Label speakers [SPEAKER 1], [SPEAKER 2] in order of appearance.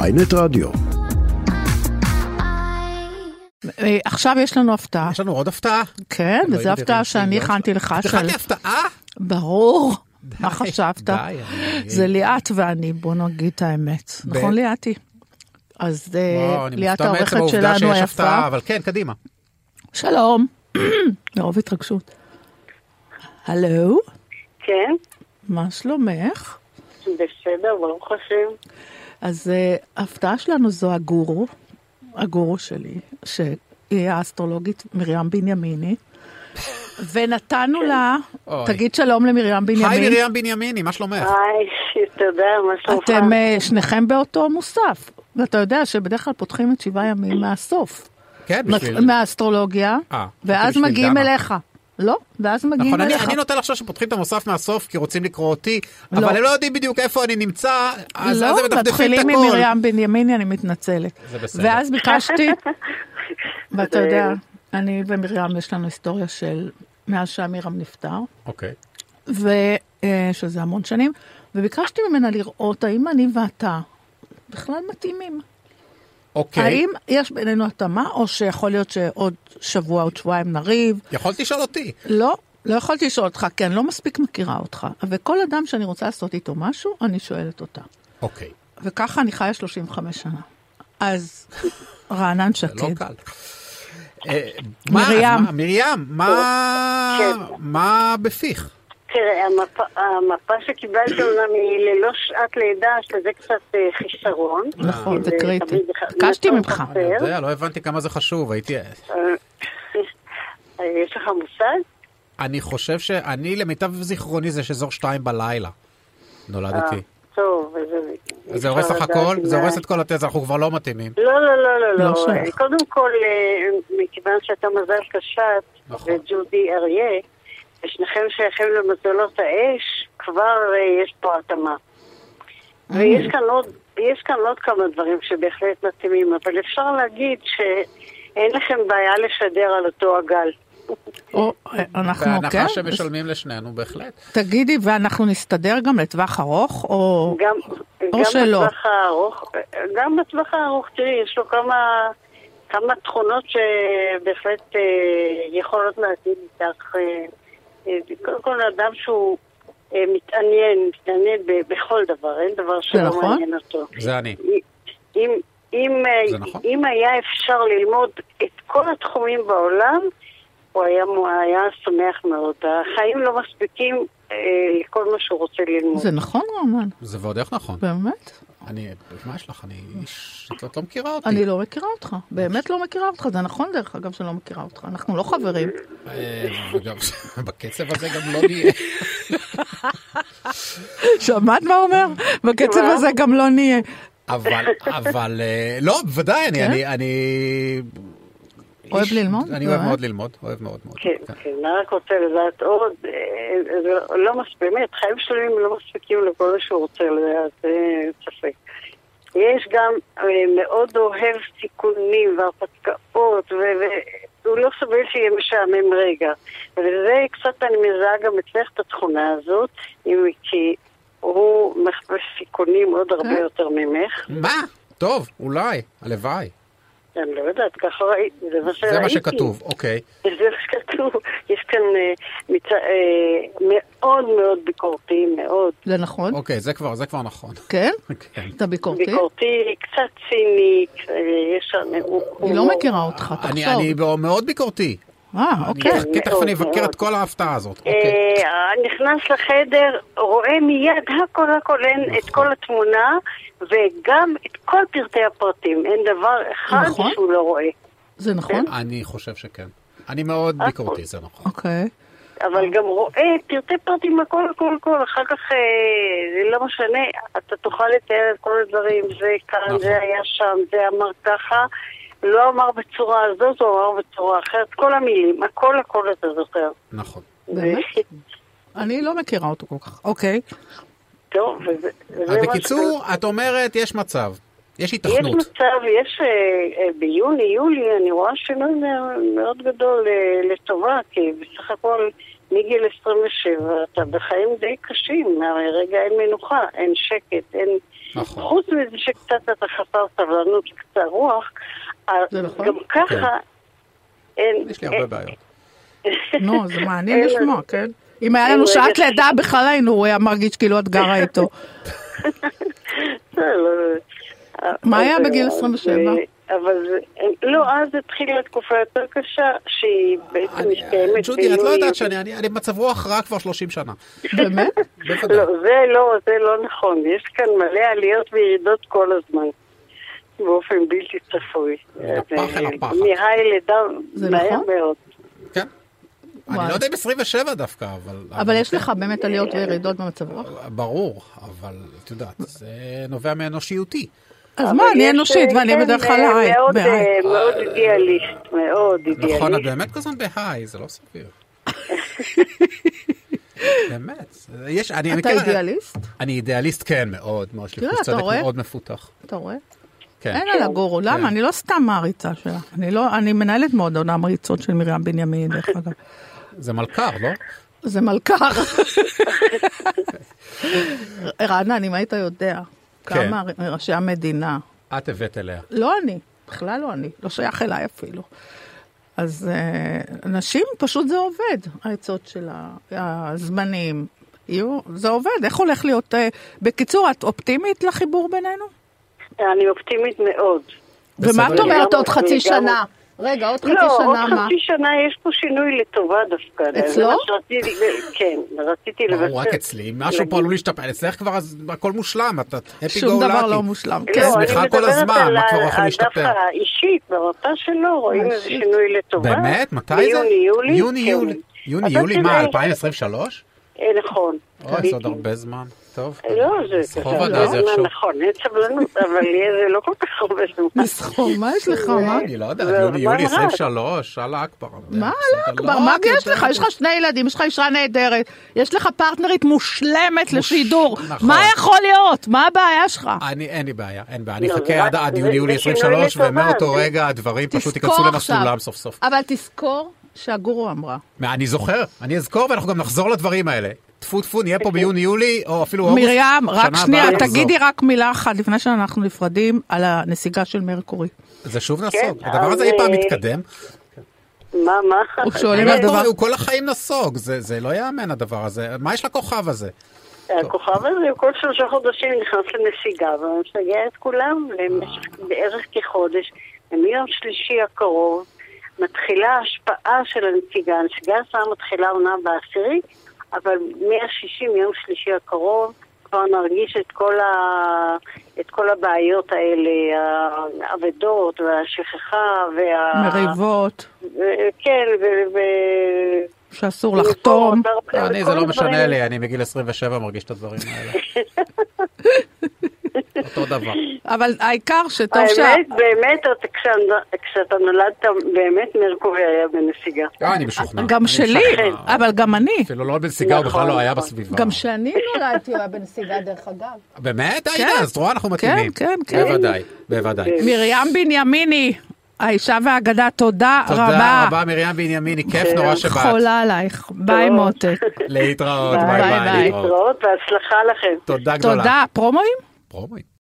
[SPEAKER 1] ויינט רדיו.
[SPEAKER 2] אה, עכשיו יש לנו הפתעה.
[SPEAKER 3] יש לנו עוד הפתעה?
[SPEAKER 2] כן,
[SPEAKER 3] אלוהים
[SPEAKER 2] וזו הפתעה
[SPEAKER 3] ידירים,
[SPEAKER 2] שאני
[SPEAKER 3] לא
[SPEAKER 2] הכנתי לך.
[SPEAKER 3] את הכנת לי הפתעה?
[SPEAKER 2] ברור. מה
[SPEAKER 3] די,
[SPEAKER 2] חשבת?
[SPEAKER 3] די, אני-
[SPEAKER 2] זה ליאת ואני, בוא נגיד את האמת. נכון ליאתי? אז אה,
[SPEAKER 3] וואו, אני
[SPEAKER 2] ליאת
[SPEAKER 3] מופתע מעצם
[SPEAKER 2] העורכת
[SPEAKER 3] העובדה
[SPEAKER 2] שלנו
[SPEAKER 3] שיש הפתעה,
[SPEAKER 2] היפה.
[SPEAKER 3] אבל כן, קדימה.
[SPEAKER 2] שלום. מרוב התרגשות. הלו,
[SPEAKER 4] כן,
[SPEAKER 2] מה שלומך?
[SPEAKER 4] בסדר, ברוך השם.
[SPEAKER 2] אז אה, ההפתעה שלנו זו הגורו, הגורו שלי, שהיא האסטרולוגית מרים בנימיני, ונתנו לה,
[SPEAKER 3] כן. אוי.
[SPEAKER 2] תגיד שלום למרים
[SPEAKER 3] היי
[SPEAKER 2] בנימין.
[SPEAKER 3] מרים בנימיני, מה שלומך?
[SPEAKER 4] היי, תודה, מה שלומך?
[SPEAKER 2] אתם אה, שניכם באותו מוסף, ואתה יודע שבדרך כלל פותחים את שבעה ימים מהסוף,
[SPEAKER 3] כן, בשביל...
[SPEAKER 2] מהאסטרולוגיה,
[SPEAKER 3] אה,
[SPEAKER 2] ואז
[SPEAKER 3] בשביל
[SPEAKER 2] מגיעים
[SPEAKER 3] דנה.
[SPEAKER 2] אליך. לא, ואז מגיעים
[SPEAKER 3] נכון, אני
[SPEAKER 2] אליך.
[SPEAKER 3] אני נוטה לחשוב שפותחים את המוסף מהסוף כי רוצים לקרוא אותי,
[SPEAKER 2] לא.
[SPEAKER 3] אבל הם לא יודעים בדיוק איפה אני נמצא, אז אז הם
[SPEAKER 2] לא,
[SPEAKER 3] מדפדפים את
[SPEAKER 2] מתחילים עם
[SPEAKER 3] הכל.
[SPEAKER 2] מרים בנימיני, אני מתנצלת.
[SPEAKER 3] זה בסדר.
[SPEAKER 2] ואז ביקשתי, ואתה
[SPEAKER 4] זה-
[SPEAKER 2] יודע, אני ומרים יש לנו היסטוריה של מאז שעמירם נפטר,
[SPEAKER 3] אוקיי.
[SPEAKER 2] ו... אה, שזה המון שנים, וביקשתי ממנה לראות האם אני ואתה בכלל מתאימים.
[SPEAKER 3] אוקיי.
[SPEAKER 2] האם יש בינינו התאמה, או שיכול להיות שעוד שבוע, עוד שבועיים נריב?
[SPEAKER 3] יכולת לשאול אותי.
[SPEAKER 2] לא, לא יכולתי לשאול אותך, כי אני לא מספיק מכירה אותך. וכל אדם שאני רוצה לעשות איתו משהו, אני שואלת אותה.
[SPEAKER 3] אוקיי.
[SPEAKER 2] וככה אני חיה 35 שנה. אז רענן
[SPEAKER 3] זה לא
[SPEAKER 2] שקד.
[SPEAKER 3] קל. אה, מה, אז
[SPEAKER 2] כן. מרים.
[SPEAKER 3] מה, מרים, מה-
[SPEAKER 4] כן.
[SPEAKER 3] מה בפיך?
[SPEAKER 4] תראה, המפ- המפה שקיבלת אומנם היא ללא שעת לידה, שזה קצת אה, חיסרון.
[SPEAKER 2] נכון,
[SPEAKER 4] כי
[SPEAKER 2] זה קריטי.
[SPEAKER 4] תמיד ח-
[SPEAKER 2] ביקשתי
[SPEAKER 4] נתון
[SPEAKER 2] ממך.
[SPEAKER 4] חסר.
[SPEAKER 3] אני יודע, לא הבנתי כמה זה חשוב, הייתי...
[SPEAKER 4] אה, אה, יש לך מושג?
[SPEAKER 3] אני חושב שאני, למיטב זיכרוני, זה שאזור שתיים בלילה נולדתי.
[SPEAKER 4] טוב, איזה...
[SPEAKER 3] כן. זה הורס לך
[SPEAKER 4] אה, אפשר
[SPEAKER 3] הכל?
[SPEAKER 4] לדעת
[SPEAKER 3] זה
[SPEAKER 4] מה-
[SPEAKER 3] הורס את כל התזה, אנחנו כבר לא מתאימים.
[SPEAKER 4] לא, לא, לא, לא,
[SPEAKER 2] לא
[SPEAKER 4] לא.
[SPEAKER 2] שייך.
[SPEAKER 4] קודם כל, אה, מכיוון שאתה מזל קשת
[SPEAKER 3] נכון.
[SPEAKER 4] וג'ודי אריה, ושניכם שייכים למזלות האש, כבר אה, יש פה התאמה.
[SPEAKER 2] אה,
[SPEAKER 4] ויש כאן עוד, יש כאן עוד כמה דברים שבהחלט מתאימים, אבל אפשר להגיד שאין לכם בעיה לשדר על אותו הגל.
[SPEAKER 2] או, אה, אנחנו, כן?
[SPEAKER 3] בהנחה שמשלמים לשנינו, בהחלט.
[SPEAKER 2] תגידי, ואנחנו נסתדר גם לטווח ארוך, או...
[SPEAKER 4] גם,
[SPEAKER 2] או
[SPEAKER 4] גם
[SPEAKER 2] שלא.
[SPEAKER 4] בטווח הארוך, גם בטווח הארוך, תראי, יש לו כמה, כמה תכונות שבהחלט אה, יכולות להתאים איתך. אה, אה, קודם כל, אדם שהוא אה, מתעניין, מתעניין ב- בכל דבר, אין דבר שלא
[SPEAKER 2] נכון.
[SPEAKER 4] מעניין אותו.
[SPEAKER 3] זה אני.
[SPEAKER 4] אם, אם, אה,
[SPEAKER 3] זה נכון.
[SPEAKER 4] אם היה אפשר ללמוד את כל התחומים בעולם, הוא היה, הוא היה שמח מאוד. החיים לא מספיקים אה, לכל מה שהוא רוצה ללמוד.
[SPEAKER 2] זה נכון, רענן?
[SPEAKER 3] זה ועוד איך נכון.
[SPEAKER 2] באמת?
[SPEAKER 3] אני, מה יש לך? אני איש, את לא מכירה אותי.
[SPEAKER 2] אני לא מכירה אותך. באמת לא מכירה אותך. זה נכון, דרך אגב, שאני לא מכירה אותך. אנחנו לא חברים.
[SPEAKER 3] אה, וגם- בקצב הזה גם לא נהיה.
[SPEAKER 2] שמעת מה הוא אומר? בקצב
[SPEAKER 4] מה?
[SPEAKER 2] הזה גם לא נהיה.
[SPEAKER 3] אבל, אבל, אה, לא, בוודאי, אני,
[SPEAKER 2] כן?
[SPEAKER 3] אני, אני...
[SPEAKER 2] אוהב
[SPEAKER 3] איש-
[SPEAKER 2] ללמוד?
[SPEAKER 3] אני אוהב
[SPEAKER 2] באמת?
[SPEAKER 3] מאוד ללמוד, אוהב מאוד מאוד.
[SPEAKER 4] כן,
[SPEAKER 3] כן.
[SPEAKER 4] כן, אני רק רוצה לדעת עוד, אה, זה לא- לא מספיק, באמת, חיים שלמים לא מספיקים לכל מה שהוא רוצה לדעת, אין ספק. יש גם אה, מאוד אוהב סיכונים והרפתקאות, ו- והוא לא סובל שיהיה משעמם רגע. וזה קצת, אני מזהה גם אצלך את התכונה הזאת, אם- כי הוא מחפש סיכונים עוד הרבה
[SPEAKER 2] כן.
[SPEAKER 4] יותר ממך.
[SPEAKER 3] מה? טוב, אולי, הלוואי.
[SPEAKER 4] אני לא יודעת, ככה לא, ראיתי, זה מה שראיתי.
[SPEAKER 3] זה מה שכתוב, אוקיי.
[SPEAKER 4] זה מה שכתוב. כאילו, יש כאן אה, מצ... אה, מאוד מאוד ביקורתי, מאוד
[SPEAKER 2] זה נכון?
[SPEAKER 3] אוקיי, זה כבר, זה כבר נכון.
[SPEAKER 2] כן?
[SPEAKER 3] כן.
[SPEAKER 2] אתה ביקורתי?
[SPEAKER 4] ביקורתי, קצת ציני, אה, יש שם...
[SPEAKER 2] אני לא מכירה אותך,
[SPEAKER 3] אני,
[SPEAKER 2] תחשוב.
[SPEAKER 3] אני מאוד ביקורתי.
[SPEAKER 2] אה,
[SPEAKER 3] אני-
[SPEAKER 2] אוקיי.
[SPEAKER 3] כי תכף אני
[SPEAKER 4] מאוד,
[SPEAKER 3] אבקר
[SPEAKER 4] מאוד.
[SPEAKER 3] את כל ההפתעה הזאת. אוקיי.
[SPEAKER 4] אה, נכנס לחדר, רואה מיד הכל הכל,
[SPEAKER 2] נכון.
[SPEAKER 4] אין את כל התמונה וגם את כל פרטי הפרטים. אין דבר אחד
[SPEAKER 2] נכון.
[SPEAKER 4] שהוא לא רואה.
[SPEAKER 2] זה נכון?
[SPEAKER 3] אני חושב שכן. אני מאוד ביקורתי, זה נכון.
[SPEAKER 2] אוקיי.
[SPEAKER 4] אבל גם רואה פרטי פרטים, הכל, הכל, הכל, אחר כך אה, זה לא משנה, אתה תוכל לתאר את כל הדברים, זה כאן,
[SPEAKER 3] נכון.
[SPEAKER 4] זה היה שם, זה אמר ככה, לא אמר בצורה הזאת, הוא אמר בצורה אחרת, כל המילים, הכל, הכל אתה זוכר.
[SPEAKER 3] נכון.
[SPEAKER 2] באמת?
[SPEAKER 4] זה-
[SPEAKER 2] אני לא מכירה אותו כל כך. אוקיי.
[SPEAKER 4] טוב, וזה...
[SPEAKER 3] אז
[SPEAKER 4] זה מה
[SPEAKER 3] בקיצור, את אומרת, יש מצב. יש היתכנות.
[SPEAKER 4] יש מצב, יש אה, אה, ביוני, יולי, אני רואה שינוי מא- מאוד גדול אה, לטובה, כי בסך הכל מגיל 27 אתה בחיים די קשים, הרי רגע אין מנוחה, אין שקט, אין...
[SPEAKER 3] נכון.
[SPEAKER 4] חוץ מזה שקצת אתה חסר סבלנות וקצר רוח,
[SPEAKER 2] זה נכון?
[SPEAKER 4] גם
[SPEAKER 3] כן.
[SPEAKER 4] ככה אין... אה,
[SPEAKER 3] יש לי הרבה
[SPEAKER 4] אין-
[SPEAKER 3] בעיות.
[SPEAKER 2] נו, זה מעניין
[SPEAKER 4] אין
[SPEAKER 2] לשמוע,
[SPEAKER 4] לנו-
[SPEAKER 2] כן? אם היה
[SPEAKER 4] אין
[SPEAKER 2] לנו
[SPEAKER 4] לנו
[SPEAKER 2] שעת
[SPEAKER 4] רגש.
[SPEAKER 2] לידה בכלל היינו, הוא היה מרגיש כאילו את גרה איתו.
[SPEAKER 4] בסדר, לא-
[SPEAKER 2] מה
[SPEAKER 4] אבל
[SPEAKER 2] היה
[SPEAKER 4] זה-
[SPEAKER 2] בגיל 27?
[SPEAKER 4] אבל זה, לא, אז התחילה תקופה יותר קשה, שהיא בעצם
[SPEAKER 3] אני-
[SPEAKER 4] מסתיימת.
[SPEAKER 3] ג'ודי, את לא
[SPEAKER 4] ביולי.
[SPEAKER 3] יודעת שאני אני- אני במצב רוח רע כבר 30 שנה.
[SPEAKER 2] באמת?
[SPEAKER 3] בוודאי.
[SPEAKER 4] לא, זה לא, זה לא נכון. יש כאן מלא עליות וירידות כל הזמן. באופן בלתי צפוי.
[SPEAKER 3] מן הפח אל הפחת.
[SPEAKER 4] מהי לידה
[SPEAKER 2] זה
[SPEAKER 4] מהר
[SPEAKER 2] נכון?
[SPEAKER 4] מאוד.
[SPEAKER 3] כן.
[SPEAKER 2] וואי.
[SPEAKER 3] אני לא יודע אם 27 דווקא, אבל...
[SPEAKER 2] אבל יש לך באמת עליות וירידות במצב רוח.
[SPEAKER 3] ברור, אבל את יודעת, זה נובע מאנושיותי.
[SPEAKER 2] אז מה, אני אנושית ואני בדרך כלל היי.
[SPEAKER 4] אה, כן, מאוד,
[SPEAKER 2] בהיי.
[SPEAKER 4] אה, מאוד אידיאליסט, מאוד אידיאליסט.
[SPEAKER 3] נכון, את באמת כל הזמן בהיי, זה לא סביר. באמת, זה- יש, אני... אני
[SPEAKER 2] אתה
[SPEAKER 3] כן-
[SPEAKER 2] אידיאליסט?
[SPEAKER 3] אני אידיאליסט, כן, מאוד, מאוד, יש לי
[SPEAKER 2] תראה,
[SPEAKER 3] חוש
[SPEAKER 2] אתה
[SPEAKER 3] צדק
[SPEAKER 2] רואה?
[SPEAKER 3] מאוד מפותח.
[SPEAKER 2] אתה רואה?
[SPEAKER 3] כן.
[SPEAKER 2] אין על הגורו, למה? אני לא סתם מעריצה שלה. אני לא, אני מנהלת מועדון המריצות של מרים בנימין, דרך אגב.
[SPEAKER 3] זה מלכר, לא?
[SPEAKER 2] זה מלכר. רענן, אם היית יודע
[SPEAKER 3] כן.
[SPEAKER 2] כמה ראשי המדינה,
[SPEAKER 3] את הבאת אליה.
[SPEAKER 2] לא אני, בכלל לא אני, לא שייך אליי אפילו. אז אה, נשים, פשוט זה עובד, העצות של ה- הזמנים. יהיו, זה עובד, איך הולך להיות... אה, בקיצור, את אופטימית לחיבור בינינו?
[SPEAKER 4] אני אופטימית מאוד.
[SPEAKER 2] ומה את
[SPEAKER 3] בסדר.
[SPEAKER 2] אומרת עוד
[SPEAKER 4] לגמרי,
[SPEAKER 2] חצי
[SPEAKER 4] לגמרי.
[SPEAKER 2] שנה? רגע, עוד חצי
[SPEAKER 4] לא, עוד
[SPEAKER 2] שנה מה?
[SPEAKER 4] חצי שנה יש פה שינוי לטובה דווקא. זה
[SPEAKER 2] אצלו?
[SPEAKER 4] מה שרציתי ל- כן, רציתי לבשר.
[SPEAKER 3] ברור, רק אצלי, משהו פה לא עלול להשתפר. אצלך כבר אז הכל מושלם, את את happy
[SPEAKER 2] שום
[SPEAKER 3] go
[SPEAKER 2] דבר
[SPEAKER 3] lucky.
[SPEAKER 2] לא מושלם.
[SPEAKER 4] לא,
[SPEAKER 2] כן,
[SPEAKER 4] אני
[SPEAKER 3] שמחה כל
[SPEAKER 4] מדברת
[SPEAKER 3] הזמן,
[SPEAKER 4] על
[SPEAKER 3] מה
[SPEAKER 4] ה-
[SPEAKER 3] כבר יכול
[SPEAKER 4] על
[SPEAKER 3] להשתפר?
[SPEAKER 4] דווקא האישית, במפה שלו, רואים איזה
[SPEAKER 2] האישית.
[SPEAKER 4] שינוי לטובה. כן.
[SPEAKER 3] באמת? מתי זה?
[SPEAKER 4] ביוני-יולי.
[SPEAKER 3] יוני-יולי. יוני-יולי, מה, 2023?
[SPEAKER 4] נכון.
[SPEAKER 3] אוי, זה עוד הרבה זמן. טוב.
[SPEAKER 4] לא, זה
[SPEAKER 3] סחוב
[SPEAKER 4] זה
[SPEAKER 3] עד
[SPEAKER 4] לא
[SPEAKER 3] אז
[SPEAKER 4] זמן,
[SPEAKER 3] איכשהו.
[SPEAKER 4] נכון, אין סבלנות, אבל יהיה זה לא כל כך הרבה זמן.
[SPEAKER 2] נסחור, מה יש לך? מה?
[SPEAKER 4] כן.
[SPEAKER 3] אני לא יודע,
[SPEAKER 4] זה
[SPEAKER 3] יוני,
[SPEAKER 4] זמן
[SPEAKER 3] יולי
[SPEAKER 4] רב.
[SPEAKER 3] 23, אללה אכבר. אני יודע,
[SPEAKER 2] מה
[SPEAKER 3] בסדר,
[SPEAKER 2] עלה כבר?
[SPEAKER 3] לא,
[SPEAKER 2] מה
[SPEAKER 3] את
[SPEAKER 2] יש לך?
[SPEAKER 3] יודעת.
[SPEAKER 2] יש לך שני ילדים, יש לך אישה נהדרת, יש לך פרטנרית מושלמת לשידור.
[SPEAKER 3] נכון.
[SPEAKER 2] מה יכול להיות? מה הבעיה שלך?
[SPEAKER 3] אני, אין לי בעיה, אין בעיה. אני
[SPEAKER 4] לא, זה
[SPEAKER 3] אחכה עד-
[SPEAKER 4] רק-
[SPEAKER 3] עד
[SPEAKER 4] זה-
[SPEAKER 3] יוני
[SPEAKER 4] זה
[SPEAKER 3] יולי
[SPEAKER 4] שינוי
[SPEAKER 3] 23,
[SPEAKER 4] לטובה,
[SPEAKER 3] ומאותו
[SPEAKER 4] זה-
[SPEAKER 3] רגע הדברים פשוט
[SPEAKER 2] כאילו תזכור
[SPEAKER 3] ייכנסו
[SPEAKER 2] עכשיו.
[SPEAKER 3] למסלולם סוף סוף.
[SPEAKER 2] אבל תזכור שהגורו אמרה.
[SPEAKER 3] מה, אני זוכר, אני אזכור ואנחנו גם נחזור לדברים האלה. טפו טפו, נהיה פה ביוני יולי, או אפילו אוגוסט.
[SPEAKER 2] אוקיי. מרים, רק
[SPEAKER 3] שנה הבאה
[SPEAKER 2] שנייה,
[SPEAKER 3] נחזור.
[SPEAKER 2] תגידי רק מילה אחת לפני שאנחנו נפרדים על הנסיגה של מרקורי.
[SPEAKER 3] זה שוב
[SPEAKER 4] כן,
[SPEAKER 3] נסוג, הדבר הזה
[SPEAKER 4] אז,
[SPEAKER 3] אי פעם
[SPEAKER 4] אה,
[SPEAKER 3] מתקדם.
[SPEAKER 4] מה, מה?
[SPEAKER 2] וכשעולים
[SPEAKER 3] אבל
[SPEAKER 2] לדבר...
[SPEAKER 3] הוא כל החיים נסוג, זה זה לא ייאמן הדבר הזה. מה יש לכוכב הזה?
[SPEAKER 4] הכוכב הזה הוא כל שלושה חודשים נכנס לנסיגה, ומשגע את כולם למשך בערך כחודש. ומיום שלישי הקרוב מתחילה ההשפעה של הנסיגה. הנסיגה עצמה מתחילה עונה בעשירי, אבל מ-60 יום שלישי הקרוב כבר נרגיש את כל, ה... את כל הבעיות האלה, האבדות והשכחה וה...
[SPEAKER 2] מריבות,
[SPEAKER 4] ו- כן, ו... ו-
[SPEAKER 2] שאסור לחתום.
[SPEAKER 3] לא, אני, זה
[SPEAKER 4] כל
[SPEAKER 3] לא משנה
[SPEAKER 4] הדברים
[SPEAKER 3] לי, אני מגיל 27 מרגיש את הדברים האלה. אותו דבר.
[SPEAKER 2] אבל העיקר שטוב שה...
[SPEAKER 4] האמת, באמת, אתה- כשאנ- כשאתה נולדת, באמת מרקורי היה בנסיגה.
[SPEAKER 3] אה, אני משוכנע.
[SPEAKER 2] גם
[SPEAKER 3] אני
[SPEAKER 2] שלי,
[SPEAKER 3] משוכנע.
[SPEAKER 2] אבל גם אני.
[SPEAKER 3] אפילו לא בנסיגה, הוא
[SPEAKER 4] נכון,
[SPEAKER 3] בכלל לא היה
[SPEAKER 4] נכון.
[SPEAKER 3] בסביבה.
[SPEAKER 2] גם שאני נולדתי, הוא היה בנסיגה דרך אגב.
[SPEAKER 3] באמת,
[SPEAKER 2] כן.
[SPEAKER 3] עאידה? אז את רואה, אנחנו מתאימים.
[SPEAKER 2] כן, כן.
[SPEAKER 3] בוודאי, בוודאי.
[SPEAKER 4] כן.
[SPEAKER 2] מרים בנימיני, האישה והאגדה, תודה
[SPEAKER 3] תודה
[SPEAKER 2] רבה.
[SPEAKER 3] רבה, מרים בנימיני, כיף נורא שבאת.
[SPEAKER 2] חולה עלייך. ביי
[SPEAKER 4] טוב.
[SPEAKER 2] מותק.
[SPEAKER 3] להתראות,
[SPEAKER 2] ביי,
[SPEAKER 3] ביי
[SPEAKER 2] ביי.
[SPEAKER 3] ביי, להתראות.
[SPEAKER 4] להתראות, בהצלחה לכם.
[SPEAKER 3] תודה גדולה.
[SPEAKER 2] תודה. פרומואים?
[SPEAKER 3] פרומואים.